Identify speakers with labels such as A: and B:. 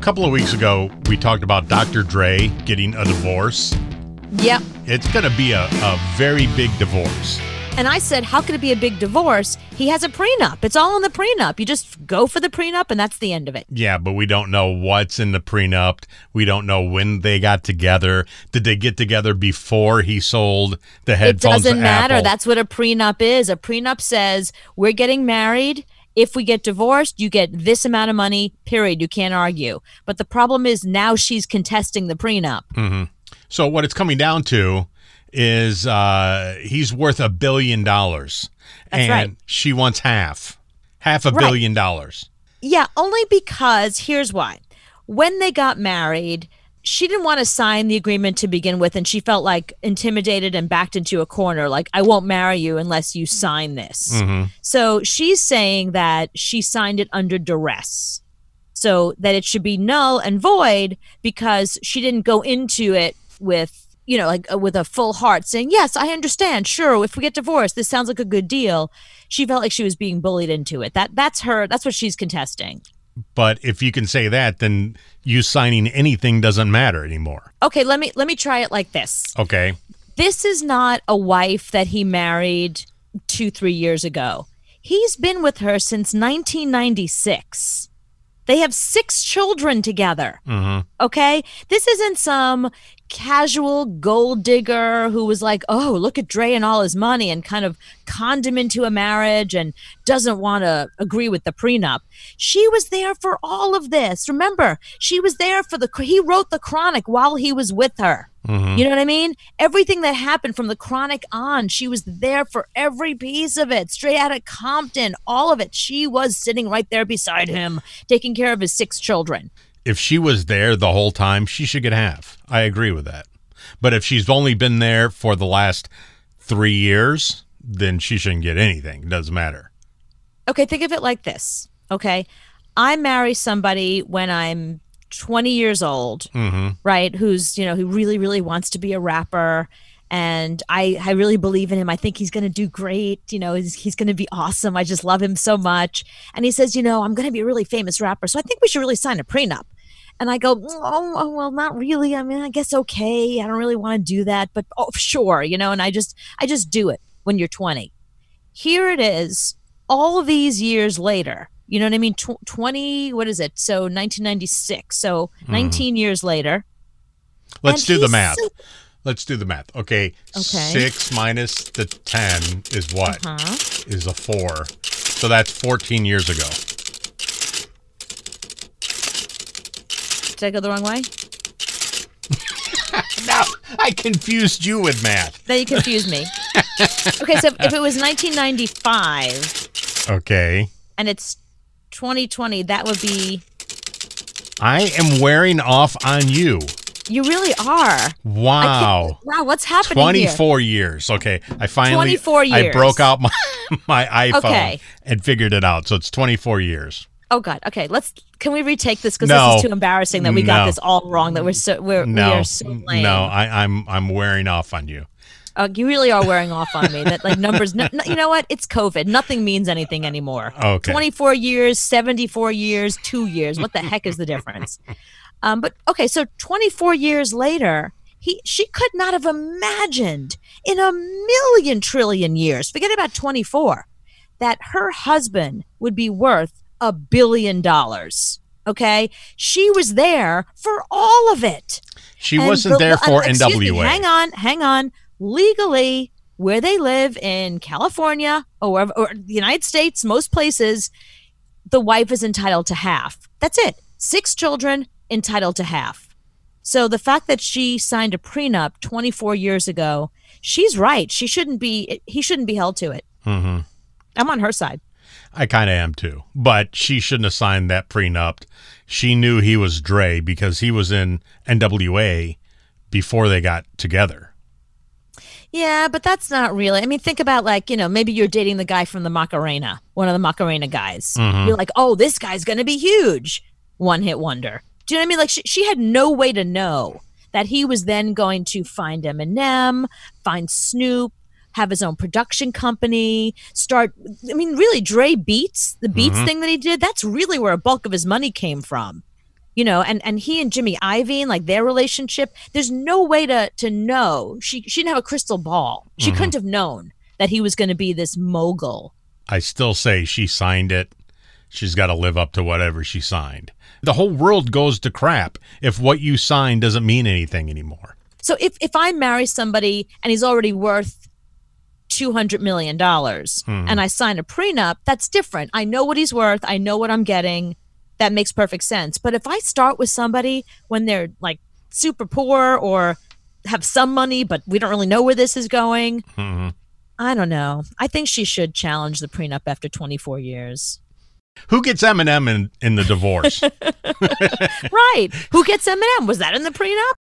A: couple of weeks ago, we talked about Dr. Dre getting a divorce.
B: Yep.
A: It's going to be a, a very big divorce.
B: And I said, how could it be a big divorce? He has a prenup. It's all in the prenup. You just go for the prenup, and that's the end of it.
A: Yeah, but we don't know what's in the prenup. We don't know when they got together. Did they get together before he sold the
B: It
A: headphones?
B: doesn't
A: to
B: matter.
A: Apple?
B: That's what a prenup is. A prenup says, we're getting married. If we get divorced, you get this amount of money, period. You can't argue. But the problem is now she's contesting the prenup.
A: So what it's coming down to is uh, he's worth a billion dollars,
B: That's
A: and
B: right.
A: she wants half, half a
B: Right.
A: billion dollars.
B: Yeah, only because here's why. When they got married, she didn't want to sign the agreement to begin with, and she felt like intimidated and backed into a corner. Like, I won't marry you unless you sign this. So she's saying that she signed it under duress. So that it should be null and void because she didn't go into it with, you know, like uh, with a full heart saying, Yes, I understand. Sure. If we get divorced, this sounds like a good deal. She felt like she was being bullied into it. That That's her, that's what she's contesting.
A: But if you can say that, then you signing anything doesn't matter anymore.
B: Okay, let me let me try it like this.
A: Okay.
B: This is not a wife that he married 2 3 years ago. He's been with her since 1996. They have 6 children together. Okay? This isn't some casual gold digger who was like, oh, look at Dre and all his money and kind of conned him into a marriage and doesn't want to agree with the prenup. She was there for all of this. Remember, she was there for the, he wrote the chronic while he was with her. You know what I mean? Everything that happened from the chronic on, she was there for every piece of it, straight out of Compton, all of it. She was sitting right there beside him, taking care of his six children.
A: If she was there the whole time, she should get half. I agree with that. But if she's only been there for the last three years, then she shouldn't get anything. It doesn't matter.
B: Okay, think of it like this. Okay. I marry somebody when I'm 20 years old,
A: Mm-hmm.
B: right? Who's, you know, who really, really wants to be a rapper. And I, I really believe in him. I think he's going to do great. You know, he's, he's going to be awesome. I just love him so much. And he says, you know, I'm going to be a really famous rapper. So I think we should really sign a prenup. And I go, oh, oh, well, not really. I mean, I guess okay. I don't really want to do that, but oh, sure, you know. And I just, I just do it when you're 20 here it is all these years later you know what i mean Tw- 20 what is it so 1996 so 19 years later
A: Let's
B: And
A: do the
B: he's
A: math.
B: so-
A: Let's do the math. Okay.
B: Okay. Uh-huh.
A: Six minus the 10 is what? Is
B: huh
A: a four. So that's 14 years ago.
B: did i go the wrong way
A: Now, I confused you with math.
B: now you confuse me okay so if it was 1995
A: Okay.
B: and it's 2020 that would be
A: I am wearing off on you.
B: you really are I can't-
A: Wow.
B: wow what's happening here
A: 24 years. Okay. I finally
B: 24
A: I
B: years.
A: broke out my my iPhone
B: Okay.
A: and figured it out. So it's 24 years.
B: oh god okay let's can we retake this because
A: No.
B: this is too embarrassing that we got
A: No.
B: this all wrong that we're so we're
A: No.
B: we are so lame
A: no, I I'm I'm wearing off on you.
B: Uh, you really are wearing off on me. That like numbers, no, no- you know what? It's COVID. Nothing means anything anymore.
A: Okay.
B: 24 years, 74 years, two years. What the heck is the difference? Um, but okay, so 24 years later, he she could not have imagined in a million trillion years. Forget about 24, that her husband would be worth a billion dollars. Okay, she was there for all of it.
A: She
B: And
A: wasn't
B: the-
A: there
B: uh,
A: for
B: excuse me,
A: NWA.
B: hang on, hang on. Legally, where they live in California or, wherever- or the United States, most places, the wife is entitled to half. That's it. Six children entitled to half. So the fact that she signed a prenup 24 years ago, she's right. She shouldn't be. He shouldn't be held to it. I'm on her side.
A: Mm-hmm. I kind of am too. But she shouldn't have signed that prenup. She knew he was Dre because he was in NWA before they got together.
B: Yeah, but that's not really. I mean, think about like, you know, maybe you're dating the guy from the Macarena, one of the Macarena guys. You're like, oh, this guy's going to be huge. One hit wonder. Do you know what I mean? Like, she, she had no way to know that he was then going to find Eminem, find Snoop, have his own production company, start. I mean, really, Dre Beats, the Beats thing that he did, that's really where a bulk of his money came from. you know and and he and jimmy ivy and like their relationship there's no way to to know she she didn't have a crystal ball she couldn't have known that he was going to be this mogul
A: I still say she signed it. She's got to live up to whatever she signed. The whole world goes to crap if what you sign doesn't mean anything anymore.
B: so if if i marry somebody and he's already worth 200 million dollars and i sign a prenup that's different i know what he's worth i know what i'm getting that makes perfect sense but if i start with somebody when they're like super poor or have some money but we don't really know where this is going i don't know i think she should challenge the prenup after 24 years
A: Who gets Eminem in, in the divorce?
B: right who gets m&m was that in the prenup